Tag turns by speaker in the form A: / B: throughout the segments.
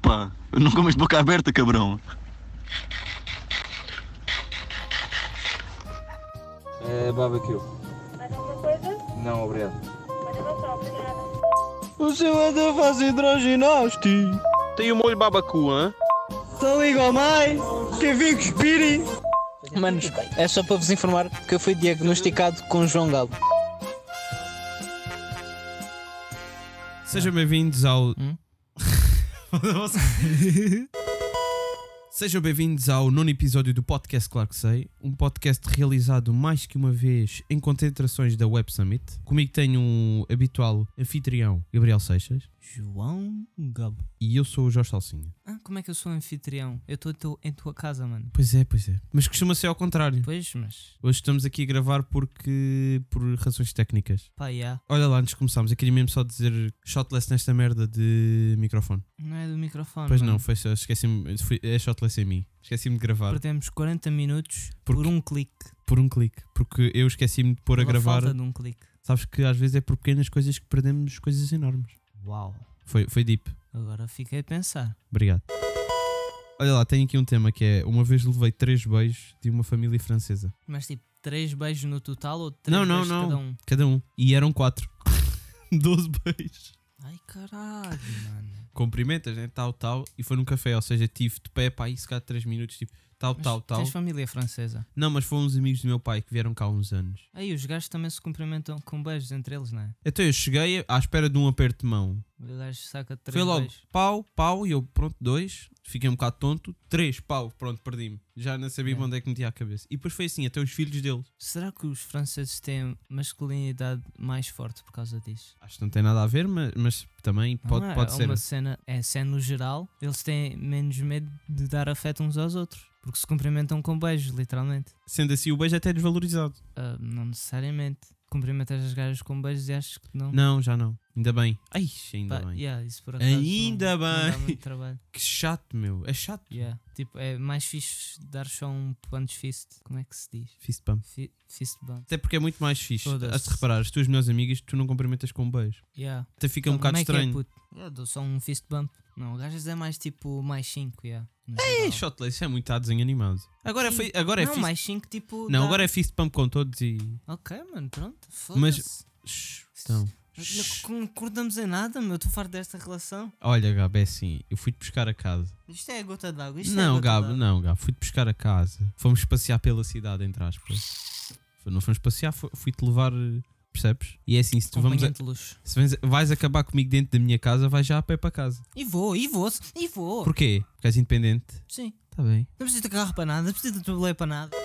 A: pá. Não comas de boca aberta, cabrão.
B: É barbecue.
C: Mais alguma coisa?
B: Não, obrigado.
C: Mas eu não sou, obrigada.
D: O seu anda faz hidroginástica.
E: Tem o molho babacu, hã?
D: Só liga ao mais, que vim que espire. Manos, é só para vos informar que eu fui diagnosticado com João Galo.
F: Sejam bem-vindos ao.
D: Hum?
F: Sejam bem-vindos ao nono episódio do podcast Claro que Sei, um podcast realizado mais que uma vez em concentrações da Web Summit. Comigo tenho o habitual anfitrião Gabriel Seixas
G: João Galo.
F: e eu sou o Jorge Salsinha.
G: Ah, como é que eu sou anfitrião? Eu estou em tua casa, mano.
F: Pois é, pois é. Mas costuma ser ao contrário.
G: Pois, mas.
F: Hoje estamos aqui a gravar porque. por razões técnicas.
G: Pá, já.
F: Olha lá, antes de começarmos, eu queria mesmo só dizer shotless nesta merda de microfone.
G: Não é do microfone.
F: Pois
G: mano.
F: não, foi só, esqueci-me, foi- é shotless em mim. Esqueci-me de gravar
G: Perdemos 40 minutos por
F: Porque-
G: um clique.
F: por um clique, porque eu esqueci-me de pôr a
G: Pela
F: gravar.
G: Falta de um clique.
F: Sabes que às vezes é por pequenas coisas que perdemos coisas enormes.
G: Uau.
F: Foi, foi deep.
G: Agora fiquei a pensar.
F: Obrigado. Olha lá, tenho aqui um tema que é Uma vez levei três beijos de uma família francesa.
G: Mas tipo, 3 beijos no total ou 3
F: Não, não,
G: beijos
F: não.
G: cada um?
F: Cada um. E eram quatro. Doze beijos.
G: Ai caralho, mano.
F: Cumprimentas, né? Tal, tal. E foi num café, ou seja, tive de pé para aí se calhar três minutos, tipo, tal,
G: Mas
F: tal, tal.
G: Tens família francesa.
F: Não, mas foram uns amigos do meu pai que vieram cá há uns anos.
G: Aí os gajos também se cumprimentam com beijos entre eles, não é?
F: Então eu cheguei à espera de um aperto de mão.
G: O gajo saca 3
F: Foi logo
G: beijos.
F: pau, pau, e eu pronto, dois, fiquei um bocado tonto, três, pau, pronto, perdi-me. Já não sabia
G: É.
F: onde é que metia a cabeça. E depois foi assim, até os filhos deles.
G: Será que os franceses têm masculinidade mais forte por causa disso?
F: Acho que não tem nada a ver, mas, mas também pode,
G: Não é,
F: pode
G: é
F: ser.
G: Uma cena, é cena no geral, eles têm menos medo de dar afeto uns aos outros. Porque se cumprimentam com beijos, literalmente.
F: Sendo assim, o beijo é até desvalorizado.
G: Ah, não necessariamente. Cumprimentas as gajas com beijos e achas que não.
F: Não, já não. Ainda bem. Ai, ainda
G: Pá, é
F: bem.
G: yeah, isso por acaso
F: Ainda
G: não, Não dá
F: bem.
G: muito trabalho.
F: Que chato, meu. É chato.
G: Yeah. Tipo, é mais fixe dar só um punch fist. Como é que se diz?
F: Fist bump.
G: Fi- Fist bump.
F: Até porque é muito mais fixe.
G: Foda-se.
F: A se reparar, as tuas melhores amigas, tu não cumprimentas com um beijo.
G: Yeah.
F: Até fica um
G: Então,
F: bocado
G: como é que é,
F: estranho.
G: puto? Eu dou só um fist bump. Não, gajas é mais tipo mais 5, yeah. no
F: É,
G: geral.
F: shotless, é muito a desenho animado. Agora,
G: Sim.
F: foi, agora é
G: não,
F: fist...
G: mais 5 tipo.
F: Não,
G: dá-
F: agora é fist bump com todos e...
G: Ok, mano, pronto.
F: Mas-
G: Foda-se.
F: Shhh, Então,
G: Mas
F: shhh.
G: Não concordamos em nada, meu. Estou farto desta relação.
F: Olha, Gabo, é assim, eu fui-te buscar a casa.
G: Isto é a gota d'água. Isto é a
F: não,
G: gota
F: Gabo,
G: d'água.
F: não, Gabo, fui-te buscar a casa. Fomos passear pela cidade, entre aspas. Não fomos passear, fo- fui-te levar, eh, percebes? E é assim, se tu vamos a-
G: Acompanhante de luxo.
F: se vens- vais acabar comigo dentro da minha casa, vais já a pé para casa.
G: E vou, e vou, e vou.
F: Porquê? Porque és independente?
G: Sim.
F: Está bem.
G: Não preciso de carro para nada, não preciso de tabuleiro para nada.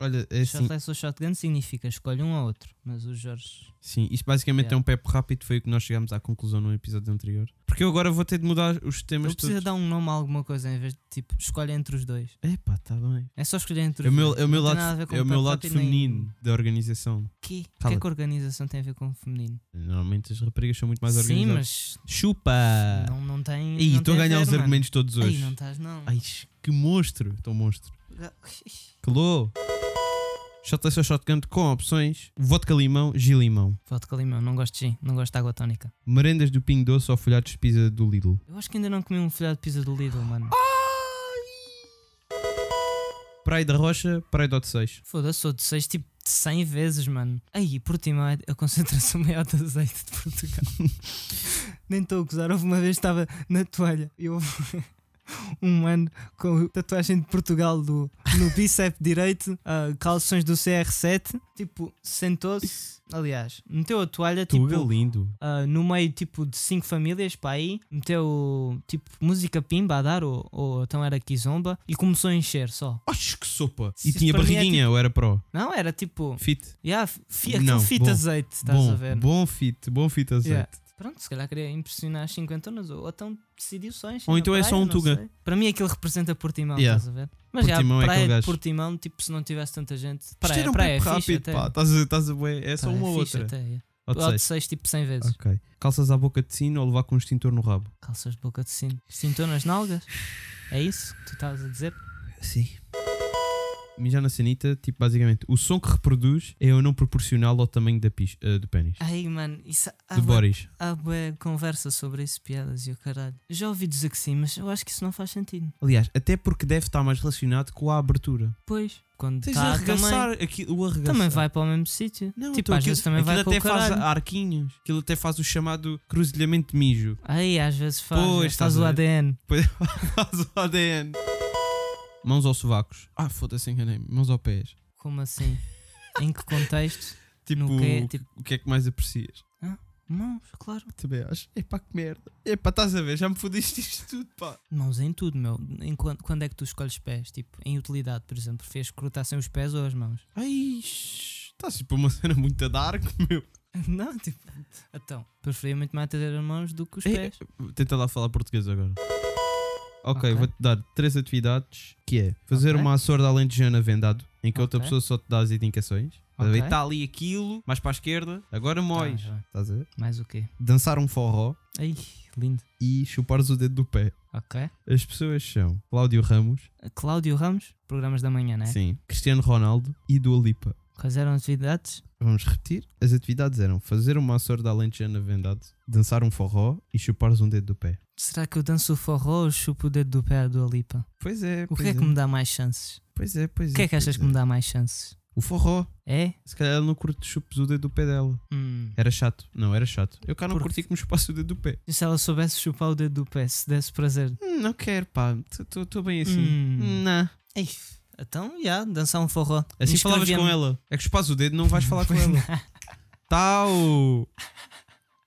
F: Olha, é assim,
G: Shotgun ou shotgun significa escolhe um ou outro. Mas o Jorge.
F: sim, isto basicamente
G: Yeah.
F: é um pepe rápido, foi o que nós chegámos à conclusão no episódio anterior. Porque eu agora vou ter de mudar os temas
G: Ele precisa
F: todos.
G: dar um nome a alguma coisa em vez de tipo escolhe entre os dois.
F: Epá, está bem.
G: É só escolher entre
F: É o
G: os
F: meu,
G: dois.
F: é o meu
G: Não tem nada a
F: lado,
G: ver com
F: é o meu
G: pep
F: lado
G: rap e nem-
F: feminino da organização.
G: Que? O que é
F: Cala-te.
G: que a organização tem a ver com o feminino?
F: Normalmente as raparigas são muito mais
G: Sim,
F: organizadas.
G: mas
F: Chupa!
G: não, não tem.
F: Ih,
G: não
F: estou a
G: tem
F: ganhar
G: ver,
F: os
G: mano.
F: argumentos todos
G: Aí,
F: hoje.
G: não estás, não.
F: Ai, que monstro! Estou um monstro. Calou! Shotless ou shotgun com opções: vodka limão, gilimão.
G: Vodka limão, não gosto de gin, não gosto de água tónica.
F: Merendas do Pingo Doce ou folhados de pizza do Lidl.
G: Eu acho que ainda não comi um folhado de pizza do Lidl, mano.
F: Praia da Rocha, Praia do 6.
G: Foda-se, sou de 6 tipo de 100 vezes, mano. Aí, por ti, a concentração maior de azeite de Portugal. Nem estou a gozar, houve uma vez que estava na toalha e houve um mano com tatuagem de Portugal do, no bíceps direito, ah, calções do CR7, tipo, sentou-se, aliás, meteu a toalha, tipo,
F: Tuga lindo.
G: ah, no meio tipo de cinco famílias para aí, meteu tipo música pimba a dar, ou, ou então era kizomba, e começou a encher só.
F: Oxe, que sopa!
G: Se
F: e
G: isso
F: tinha
G: para mim é
F: barriguinha ou era pro?
G: Não, era tipo.
F: Fit.
G: Yeah, fi, aquele
F: Não,
G: fita
F: bom,
G: azeite, estás
F: Bom,
G: a ver?
F: bom fit, bom fit azeite.
G: Yeah. Pronto, se calhar queria impressionar as 50 anos, ou ou então decidiu só encher.
F: Ou
G: na
F: então é
G: praia,
F: só um
G: não
F: tuga.
G: sei. Para mim aquilo representa Portimão,
F: Yeah.
G: estás a ver? Mas já,
F: Portimão é aquele
G: praia de
F: gajo.
G: Portimão, tipo, se não tivesse tanta gente.
F: Isto
G: Praia,
F: era um
G: praia é
F: pepe
G: fixe
F: rápido,
G: até.
F: pá. Estás a- estás a bué. É só
G: Praia
F: uma
G: é fixe
F: outra.
G: até, yeah.
F: Ou de
G: Ou de
F: seis.
G: 6 tipo 100 vezes.
F: Ok. Calças à boca de sino ou levar com um extintor no rabo?
G: Calças de boca de sino. Cintonas nalgas? É isso que tu estavas a dizer?
F: Sim. mijar na sanita, tipo, basicamente, o som que reproduz é o não proporcional ao tamanho da pis, eh, do pênis.
G: Ai, mano, isso há
F: do
G: bué-
F: Boris.
G: há bué conversa sobre isso, piadas e o caralho. Já ouvi dizer que sim, mas eu acho que isso não faz sentido.
F: Aliás, até porque deve estar mais relacionado com a abertura.
G: Pois, quando
F: Tens de
G: tá,
F: arregaçar
G: também,
F: aqui, o arregaçar.
G: também vai para o mesmo sítio.
F: Não,
G: tipo,
F: então
G: às
F: aquilo,
G: vezes também vai
F: aquilo
G: para o
F: até faz
G: caralho.
F: arquinhos. Aquilo até faz o chamado cruzilhamento de mijo.
G: Ai, às vezes faz,
F: Pois,
G: faz
F: estás
G: o
F: a ver.
G: ADN.
F: Depois faz o ADN. Mãos aos sovacos. Ah, foda-se, enganei-me. Mãos aos pés.
G: Como assim? em que contexto?
F: Tipo,
G: no quê? Tipo,
F: o que é que mais aprecias?
G: mãos, claro.
F: Também acho. Epá, que merda. Epá, estás a ver? Já me fodeste isto tudo, pá.
G: Mãos em tudo, meu. Em quando, quando é que tu escolhes pés? Tipo, em utilidade, por exemplo, fez escrutar sem os pés ou as mãos?
F: Ai, shhh, estás tipo uma cena muito dark, meu.
G: Não, tipo, então, preferia muito mais ter as mãos do que os
F: É,
G: pés.
F: Tenta lá falar português agora. Ok,
G: Ok.
F: vou-te dar três atividades, que é fazer
G: Ok.
F: uma sorda alentejana vendado, em que a outra
G: Ok.
F: pessoa só te dá as indicações. Está
G: Ok. Tá,
F: ali aquilo, mais para a esquerda, Tá. agora mois.
G: Ah, já.
F: Estás a ver?
G: Mais o quê?
F: Dançar um forró
G: Ai, lindo.
F: e chupares o dedo do pé.
G: Ok.
F: As pessoas são Cláudio Ramos,
G: Cláudio Ramos, programas da manhã, né?
F: sim, Cristiano Ronaldo e Dua Lipa.
G: Quais eram as atividades?
F: Vamos repetir. As atividades eram fazer uma sorda alentejana vendado, dançar um forró e chupares um dedo do pé.
G: Será que eu danço o forró ou chupo o dedo do pé à Dua Lipa?
F: Pois é,
G: O
F: pois
G: que é
F: é.
G: que me dá mais chances?
F: Pois é, pois
G: O que é que achas que me dá mais chances?
F: O forró.
G: É?
F: Se calhar ela não curte chupes o dedo do pé dela.
G: Hum.
F: Era chato. Não, era chato. Eu cá não
G: Por-
F: curti que me chupasse o dedo do pé.
G: E se ela soubesse chupar o dedo do pé, se desse prazer?
F: Hum, não quero, pá. Estou bem assim.
G: Hum.
F: Não.
G: Ei, então, já, dançar um forró.
F: Assim falavas com
G: Inscrevia-me.
F: ela. É que chupas o dedo, não vais falar com
G: Pois
F: ela.
G: não.
F: Tau!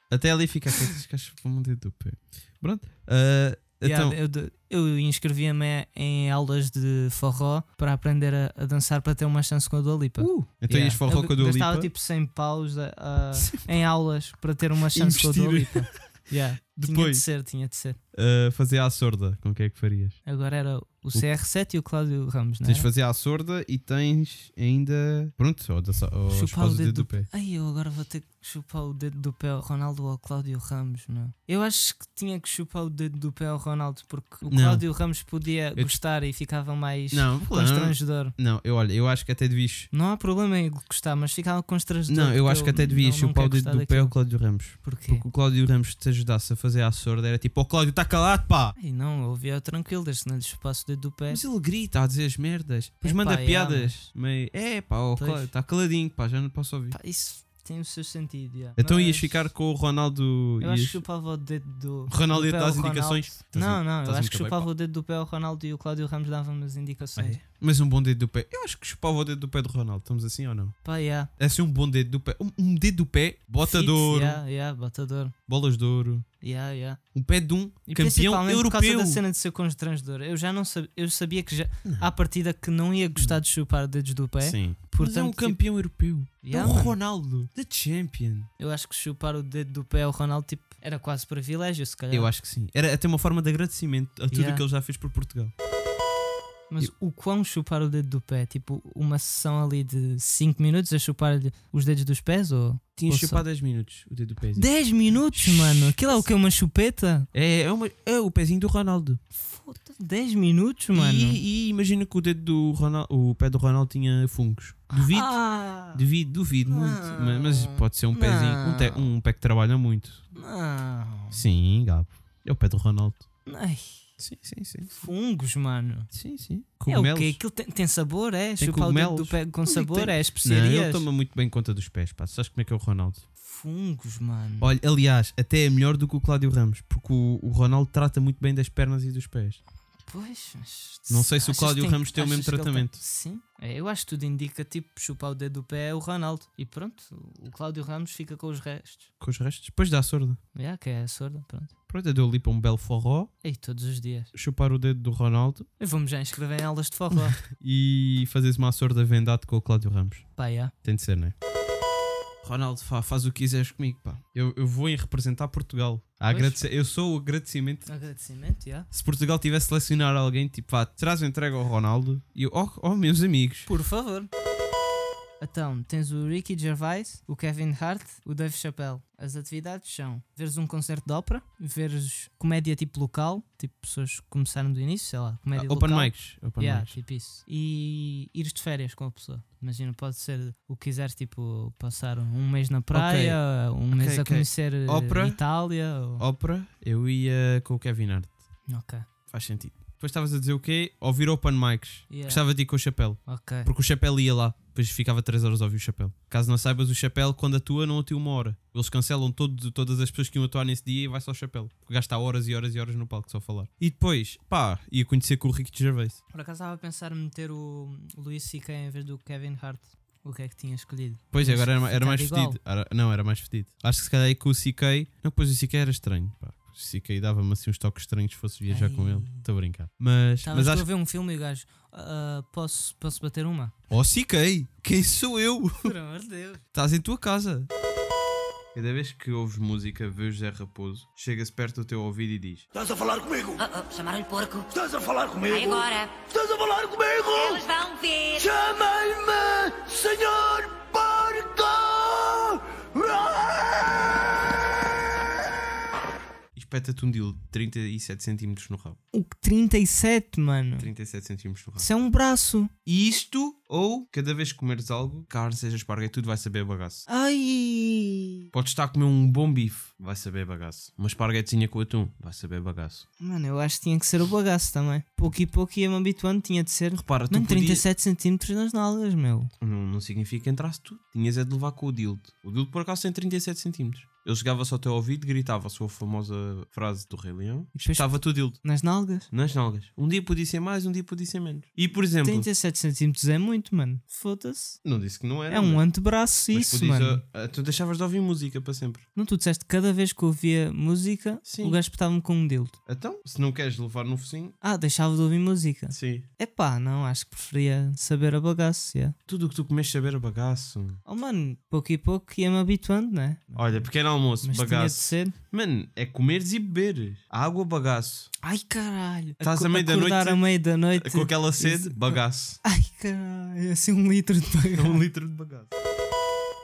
F: Até ali fica aqui. Esses gajos chupam o dedo do pé. Pronto. Ah,
G: Já,
F: então,
G: eu de- eu inscrevia-me em aulas de forró para aprender a, a dançar para ter uma chance com a Dua Lipa.
F: então
G: Yeah.
F: ias forró
G: Eu
F: com a Dua
G: Gastava
F: Lipa.
G: tipo 100 paus a- a- em aulas para ter uma chance com a Dua
F: Investir.
G: Lipa. Yeah. Tinha de
F: Depois,
G: ser, tinha de ser.
F: ah, fazer à sorda. Com o que é que farias?
G: Agora era o CR7 e o Cláudio Ramos, não é?
F: Tens de fazer à sorda e tens ainda. Pronto, ou, dança, ou chupas o dedo do pé.
G: Ai, eu agora vou ter que chupar o dedo do pé ao Ronaldo ou ao Cláudio Ramos, meu. Eu acho que tinha que chupar o dedo do pé ao Ronaldo porque o
F: Não.
G: Cláudio Ramos podia
F: te-
G: gostar e ficava mais
F: Não, não,
G: constrangedor.
F: não, eu olha, eu acho que até devias.
G: Não há problema em gostar, mas ficava constrangedor.
F: Não, eu
G: porque
F: acho que até devias
G: não- não
F: chupar
G: quero
F: o dedo
G: gostar
F: do pé ao
G: daquilo.
F: Cláudio Ramos.
G: Porquê?
F: Porque o Cláudio Ramos te ajudasse a fazer à sorda era tipo, ó Cláudio, está calado, pá!
G: Ai, não, eu ouvia tranquilo, desde que não lhe chupasse o dedo do pé.
F: Mas ele grita a dizer as merdas, depois
G: Epá,
F: manda
G: é,
F: piadas. Meio, é pá, ó
G: Pois.
F: Cláudio, está caladinho, pá, já não posso ouvir.
G: Pá, isso tem o seu sentido. já.
F: Então
G: Mas
F: ias ficar com o Ronaldo.
G: Eu acho que
F: ias-
G: chupava o dedo do.
F: Ronaldo
G: do
F: ia
G: pé
F: te dar
G: ao
F: as indicações?
G: Ronaldo.
F: Estás a-
G: não, não, eu
F: estás
G: acho que
F: muito bem,
G: chupava
F: pá.
G: o dedo do pé ao Ronaldo e o Cláudio Ramos dava-me as indicações.
F: Mas um bom dedo do pé. Eu acho que chupava o dedo do pé do Ronaldo, estamos assim ou não?
G: Pá, yeah.
F: É assim um bom dedo do pé. Um, um dedo do pé, bota de
G: Fits,
F: ouro,
G: Yeah, yeah, botador.
F: bolas de ouro.
G: Yeah, yeah.
F: Um pé de um
G: E
F: campeão
G: principalmente por causa
F: europeu.
G: da cena de ser constrangedor. Eu já não sabia, eu sabia que já, à partida que não ia gostar de chupar dedos do pé.
F: Sim. Mas é um
G: Portanto, tipo,
F: campeão europeu. É
G: yeah,
F: um
G: mano.
F: Ronaldo. The champion.
G: eu acho que chupar o dedo do pé ao Ronaldo tipo, era quase privilégio, se calhar.
F: Eu acho que sim. Era até uma forma de agradecimento a tudo o
G: Yeah.
F: que ele já fez por Portugal.
G: Mas o quão chupar o dedo do pé? Tipo, uma sessão ali de 5 minutos a chupar os dedos dos pés? Ou
F: Tinha
G: Ouça.
F: chupado 10 minutos o dedo do pezinho.
G: 10 minutos, mano? Aquilo é o que? Uma chupeta?
F: É, é, uma- é o pezinho do Ronaldo.
G: Foda-se. 10 minutos, mano?
F: E, e imagina que o dedo do Ronaldo, o pé do Ronaldo tinha fungos. Duvido.
G: Ah,
F: Duvido, duvido
G: Não.
F: muito. Ma- Mas, pode ser um pezinho, um, te- um pé que trabalha muito.
G: não.
F: Sim, Gabo. É o pé do Ronaldo.
G: Ai,
F: Sim, sim, sim.
G: fungos, mano.
F: Sim, sim.
G: É o
F: Cogumelos.
G: quê? Aquilo tem, tem sabor, é?
F: Tem
G: chupar o dedo do
F: cogumelos.
G: pé com
F: Onde é que
G: sabor,
F: tem?
G: é?
F: Não, ele
G: Especiarias?
F: toma muito bem conta dos pés, pá. Sabes como é que é o Ronaldo?
G: Fungos, mano.
F: Olha, aliás, até é melhor do que o Cláudio Ramos, porque o, o Ronaldo trata muito bem das pernas e dos pés.
G: Pois, mas
F: Não sei se o
G: achas
F: Cláudio
G: que tem-
F: Ramos tem o
G: achas
F: mesmo
G: que ele tem-
F: tratamento.
G: Sim, É, eu acho que tudo indica tipo chupar o dedo do pé é o Ronaldo. E pronto, o Cláudio Ramos fica com os restos.
F: Com os restos, depois dá a sorda.
G: Yeah, que é a sorda, pronto.
F: Pronto, eu dou ali para um belo forró,
G: E todos os dias.
F: chupar o dedo do Ronaldo
G: Eu vou-me já inscrever em aulas de forró.
F: e fazeres uma sorda vendada com o Cláudio Ramos.
G: Pá, yeah.
F: Tem de ser, não é? Ronaldo, pá, faz o que quiseres comigo, pá. Eu, eu vou em representar Portugal. A
G: Pois.
F: agradecer, eu sou o agradecimento
G: Agradecimento, yeah.
F: Se Portugal tivesse selecionar alguém, tipo, vá, traz a entrega ao Ronaldo e eu, oh, oh, meus amigos.
G: Por favor. Então, tens o Ricky Gervais, o Kevin Hart, o Dave Chappelle. As atividades são veres um concerto de ópera, veres comédia tipo local, tipo pessoas que começaram do início, sei lá, comédia
F: Ah, open
G: local.
F: mics. Open
G: Yeah,
F: mics.
G: tipo isso. E ires de férias com a pessoa. Imagina, pode ser o que quiseres, tipo, passar um mês na praia, um mês a
F: ok.
G: conhecer eh,
F: Ópera.
G: Itália. Ou...
F: Ópera, eu ia com o Kevin Hart.
G: Ok,
F: Faz sentido. Depois estavas a dizer o quê? Ouvir open mics.
G: Yeah.
F: Gostava de ir com o chapéu.
G: ok.
F: Porque o chapéu ia lá. Depois ficava 3 horas a ouvir o chapéu. Caso não saibas, o chapéu, quando atua, não atua uma hora. Eles cancelam todo, todas as pessoas que iam atuar nesse dia e vai só o chapéu. Gasta horas e horas e horas no palco só a falar. E depois, pá, ia conhecer com o Ricky Gervais.
G: Por acaso estava a pensar em meter o Luís C.K. em vez do Kevin Hart. O que é que tinha escolhido?
F: Pois,
G: Mas
F: agora era, ma- era
G: ficar
F: mais
G: igual.
F: fedido. Era- não, era mais fedido. Acho que se calhar ia com o CK. Não, pois o CK era estranho. Pá. O CK dava-me assim uns toques estranhos se fosse viajar com
G: Ai.
F: ele. Estou a brincar. Mas,
G: Estavas
F: mas
G: tu a
F: acho
G: ver um filme e o gajo. "Ah, posso, posso bater uma?
F: Oh, CK, quem sou eu?
G: Por amor de Deus.
F: Estás em tua casa. Cada vez que ouves música, vês José Raposo, chega-se perto do teu ouvido e diz:
H: Oh, oh, chamaram-lhe porco. Estás a falar comigo? Vai agora. Estás a falar comigo? Eles vão ver.
F: e espeta-te um deal de 37 cm no rabo.
G: O que 37, mano.
F: 37 cm no rabo.
G: Isso é um braço.
F: Isto ou cada vez que comeres algo, carne, seja esparga, tudo vai saber bagaço.
G: Ai.
F: Podes estar a comer um bom bife, vai saber bagaço. Uma esparguetezinha com atum, vai saber bagaço.
G: Mano, eu acho que tinha que ser o bagaço também. Pouco e pouco ia-me habituando, tinha de ser.
F: Repara, tu
G: Mano,
F: podia-
G: 37 centímetros nas nalgas, meu.
F: Não, não significa entrasse tu. Tinhas é de levar com o dildo. O dildo por acaso tem 37 cm. Ele chegava-se ao teu ouvido, gritava a sua famosa frase do Rei Leão e
G: depois-
F: espetava te o dildo.
G: Nas nalgas?
F: Nas nalgas. Um dia podia ser mais, um dia podia ser menos. E por exemplo,
G: 37 centímetros é muito, mano. Foda-se.
F: não disse que não era.
G: É um antebraço
F: mas
G: isso,
F: podias,
G: mano.
F: ah, ah, tu deixavas de ouvir música para sempre.
G: Não, tu disseste que cada vez que eu ouvia música,
F: Sim.
G: o gajo espetava-me com um dildo.
F: Então, se não queres levar no focinho,
G: Ah, deixava de ouvir música.
F: sim.
G: Epá, não, acho que preferia saber a bagaço, yeah.
F: Tudo o que tu comes saber a bagaço.
G: Oh mano, pouco e pouco ia-me habituando, né?
F: Olha, pequeno almoço,
G: Mas tinha de
F: bagaço.
G: ser.
F: Mano, é comeres e beberes. Água, bagaço.
G: Ai caralho.
F: Estás à
G: Aco-
F: meio da
G: acordar
F: noite-
G: à meia da noite.
F: Com aquela sede,
G: Isso.
F: bagaço.
G: Ai caralho, assim um litro de bagaço.
F: litro de bagaço.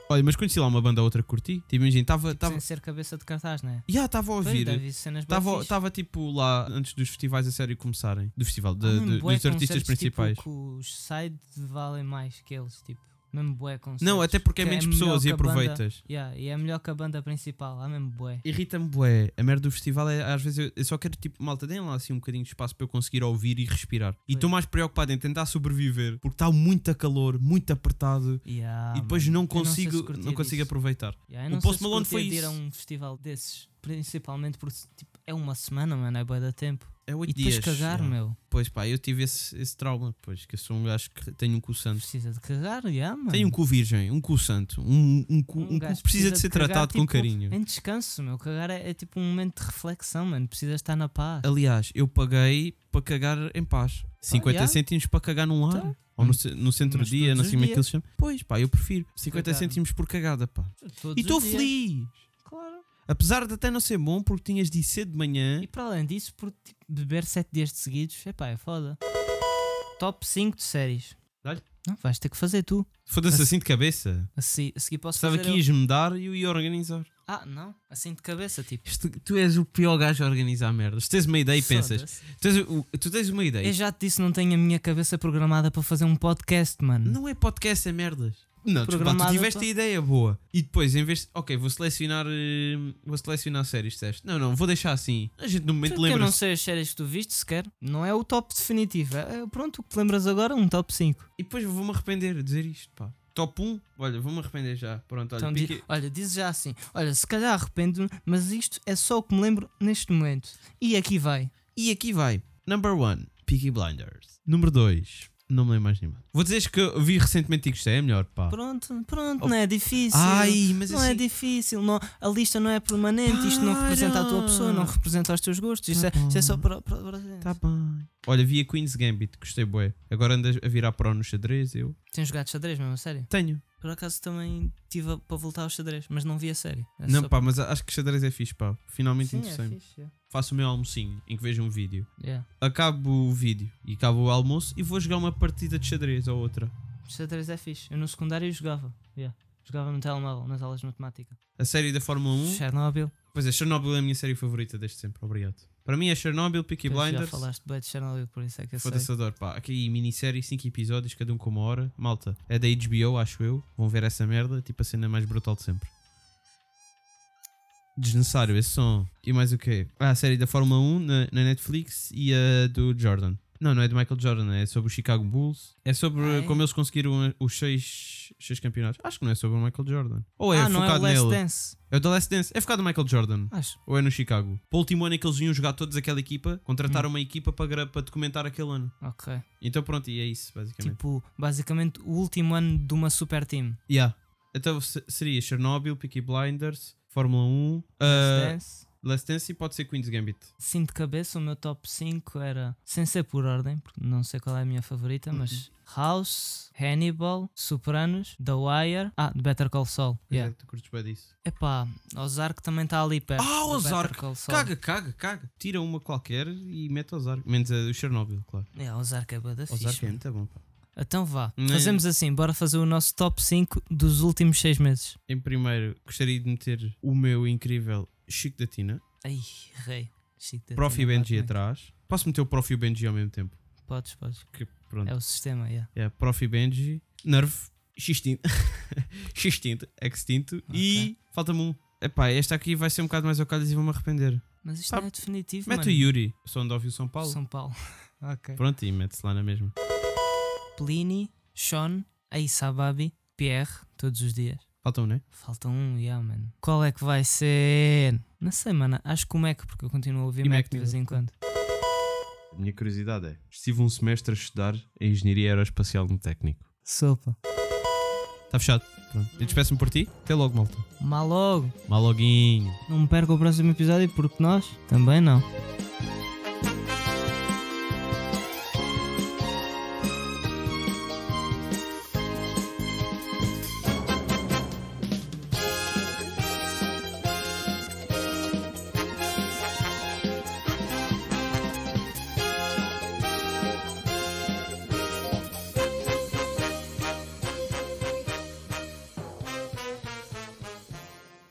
F: Olha, mas conheci lá uma banda outra que curti. Tipo, imagina, estava.
G: Sem ser cabeça de cartaz, né?
F: Já, estava a
G: Pois,
F: ouvir.
G: deve ser cenas bué fixe.
F: Estava tipo lá antes dos festivais a sério começarem. Do festival, de-
G: Há mesmo
F: de-
G: Oh, bué
F: dos artistas
G: concertos, tipo,
F: principais.
G: que os side valem mais que eles, tipo. Mesmo bué concertos.
F: Não, até porque é
G: Que
F: menos
G: melhor
F: pessoas e
G: que a banda-
F: aproveitas.
G: Yeah, e é melhor que a banda principal, há mesmo bué.
F: Irrita-me, bué. A merda do festival é, às vezes, eu, eu só quero, tipo, malta, deem lá assim um bocadinho de espaço para eu conseguir ouvir e respirar. E
G: Pois.
F: estou mais preocupado em tentar sobreviver, porque está muito calor, muito apertado,
G: Yeah,
F: e depois
G: mano.
F: não
G: Tá Eu sei se
F: consigo, não
G: curtia
F: consigo
G: disso.
F: aproveitar.
G: Yeah, eu
F: O
G: não sei
F: Post
G: se
F: Malone
G: curtia
F: foi
G: de ir
F: isso.
G: a um festival desses, principalmente porque tipo, é uma semana, mano, é bué da tempo.
F: É
G: E
F: oito
G: depois
F: dias.
G: cagar,
F: yeah.
G: meu.
F: Pois pá, eu tive esse, esse trauma, pois, que eu sou um gajo que tenho um cu santo.
G: Precisa de cagar, yeah, mano.
F: Tenho um cu virgem, um cu santo, um, um cu, um cu que
G: gajo
F: precisa, de ser
G: cagar,
F: tratado com
G: tipo,
F: carinho.
G: Em descanso, meu. Cagar é, é tipo um momento de reflexão, mano. Precisas estar na paz.
F: Aliás, eu paguei para cagar em paz. 50
G: yeah.
F: cêntimos para cagar num ar.
G: Tá.
F: Ou no, ce- no centro
G: Mas
F: do dia,
G: todos
F: não
G: os
F: sei como é que
G: dias.
F: eles chamam. Pois pá, eu prefiro 50
G: Coitado.
F: cêntimos por cagada, pá.
G: Todos
F: e
G: os
F: estou
G: dias.
F: feliz!
G: Claro.
F: Apesar de até não ser bom, porque tinhas de ir cedo de manhã.
G: E para além disso, por tipo, beber 7 dias de seguidos, epá, é foda. Top 5 de séries.
F: Dá-lhe.
G: Não, vais ter que fazer tu.
F: Foda-se
G: Mas-
F: assim de cabeça.
G: A, se- a seguir posso
F: Estava
G: fazer
F: aqui a
G: eu.
F: esmedar e eu ia organizar.
G: Ah, não. Assim de cabeça, tipo.
F: Isto- tu és o pior gajo a organizar merdas. É Tu tens uma ideia e pensas.
G: Foda-se.
F: Tu tens, o- tu tens uma ideia.
G: Eu já te disse, não tenho a minha cabeça programada para fazer um podcast, mano.
F: Não é podcast, é merdas. Não, desculpa, tu
G: Programada,
F: tiveste
G: pá.
F: a ideia boa. E depois, em vez de. Ok, vou selecionar. eh, Vou selecionar séries, disseste. Não, não, vou deixar assim. A gente no momento
G: Porque Então, eu não
F: lembra-se.
G: sei as séries que tu viste sequer. Não é o top definitivo. É, é, pronto, o que te lembras agora é um top 5.
F: E depois vou-me arrepender de dizer isto, pá. Top 1, olha, vou-me arrepender já. Pronto, olha.
G: Então,
F: pique-
G: di- olha, diz já assim: Olha, se calhar arrependo-me, mas isto é só o que me lembro neste momento. E aqui vai.
F: E aqui vai. Number 1, Peaky Blinders. Número 2, não me lembro mais nenhuma. Vou dizer que eu vi recentemente e gostei, é melhor, pá.
G: Pronto, pronto,
F: Oh.
G: não é difícil.
F: Ai, mas
G: não é
F: assim-
G: difícil. Não, a lista não é permanente. Isto não
F: Para.
G: representa a tua pessoa, não representa os teus gostos. Isto,
F: Tá
G: é, isto é
F: bom.
G: só para. para, para-
F: Tá bem. Olha, vi a Queen's Gambit, gostei, bué. Agora andas a virar pro no xadrez, eu.
G: Tens jogado xadrez mesmo, a sério?
F: Tenho.
G: Por acaso também tive a- para voltar ao xadrez, mas não vi a série. É
F: Não,
G: só-
F: pá, mas acho que xadrez é fixe, pá. Finalmente
G: Sim, é
F: interessante.
G: fixe, yeah.
F: Faço o meu almocinho em que vejo um vídeo.
G: Yeah.
F: Acabo o vídeo e acabo o almoço e vou jogar uma partida de xadrez ou outra.
G: xadrez é fixe. Eu no secundário jogava. yeah. Jogava no telemóvel, nas aulas de matemática.
F: A série da Fórmula 1.
G: Chernobyl.
F: Pois é, Chernobyl é a minha série favorita desde sempre, obrigado. Para mim é Chernobyl, Peaky
G: tu Já
F: Blinders.
G: falaste bem de Chernobyl, por isso é que eu sei.
F: Foda-se, adoro, pá. Aqui, minissérie, 5 episódios, cada um com uma hora. Malta, é da HBO, acho eu. Vão ver essa merda, tipo a cena mais brutal de sempre. Desnecessário esse som. E mais o quê? Ah, a série da Fórmula 1 na, na Netflix e a do Jordan. Não, não é do Michael Jordan, é sobre o Chicago Bulls. É sobre
G: Ah, é?
F: como eles conseguiram eh, os seis, seis campeonatos. Acho que não é sobre o Michael Jordan. Ou é
G: Ah, não é o
F: focado
G: Last
F: nele.
G: Dance.
F: É o The Last Dance. É focado no Michael Jordan.
G: Acho.
F: Ou é no Chicago? Para o último ano em que eles iam jogar todos aquela equipa,
G: Hum.
F: contrataram uma equipa para, gra- para documentar aquele ano.
G: Ok.
F: Então pronto, e é isso, basicamente.
G: Tipo, basicamente o último ano de uma super team.
F: Yeah. Então se- seria Chernobyl, Peaky Blinders, Fórmula 1, uh,
G: Last Dance.
F: Last Dance e pode ser Queen's Gambit.
G: Sim, de cabeça, o meu top 5 era, sem ser por ordem, porque não sei qual é a minha favorita, mas
F: Uhum.
G: House, Hannibal, Sopranos, The Wire, ah, The Better Call Saul.
F: Yeah.
G: Yeah.
F: tu curtes bem disso.
G: Epá, Ozark também está ali perto.
F: Ah,
G: do Better
F: Ozark!
G: Call Saul.
F: Caga, caga, caga. Tira uma qualquer e mete Ozark. Menos a do Chernobyl, claro.
G: É, Ozark é bada
F: Ozark
G: fixe.
F: é
G: mano.
F: muito bom. pá.
G: Então vá,
F: Hum.
G: fazemos assim, bora fazer o nosso top 5 dos últimos 6 meses.
F: Em primeiro, gostaria de meter o meu incrível Chico da Tina.
G: Ai, rei. Chico da
F: Prof e
G: Tina,
F: Benji
G: Batman.
F: atrás. Posso meter o Prof e o Benji ao mesmo tempo?
G: Podes, podes.
F: Que pronto.
G: É o sistema, yeah.
F: É Prof. Benji, Nerve, X-Tinto, X-Tinto, Extinto e falta-me um. Epá, esta aqui vai ser um bocado mais ocadas e vou-me arrepender.
G: Mas isto
F: Pá,
G: não é definitivo,
F: Mete
G: mano.
F: o Yuri, som de óbvio São Paulo.
G: São Paulo. ok.
F: Pronto, e mete-se lá na mesma.
G: Pliny, Sean, Aissababi, Pierre, todos os dias.
F: Falta um, né?
G: Falta um, yeah, mano. Qual é que vai ser? Não sei, mano. Acho que o Mac, porque eu continuo a ouvir
F: E
G: Mac
F: Mac
G: de vez em quando.
E: A minha curiosidade é: estive um semestre a estudar a Engenharia Aeroespacial no Técnico.
G: Sopa.
F: Está Tá fechado. Pronto. Eu despeço-me por ti. Até logo, malta.
G: Mal logo.
F: Maloguinho.
G: Não me perca o próximo episódio, porque nós também não.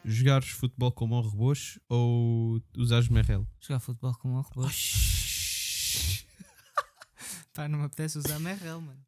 F: Jogares futebol como um rebocho ou usares merrel?
G: Jogar futebol com um robô. Pá, não me Tá, apetece usar Merrel, mano.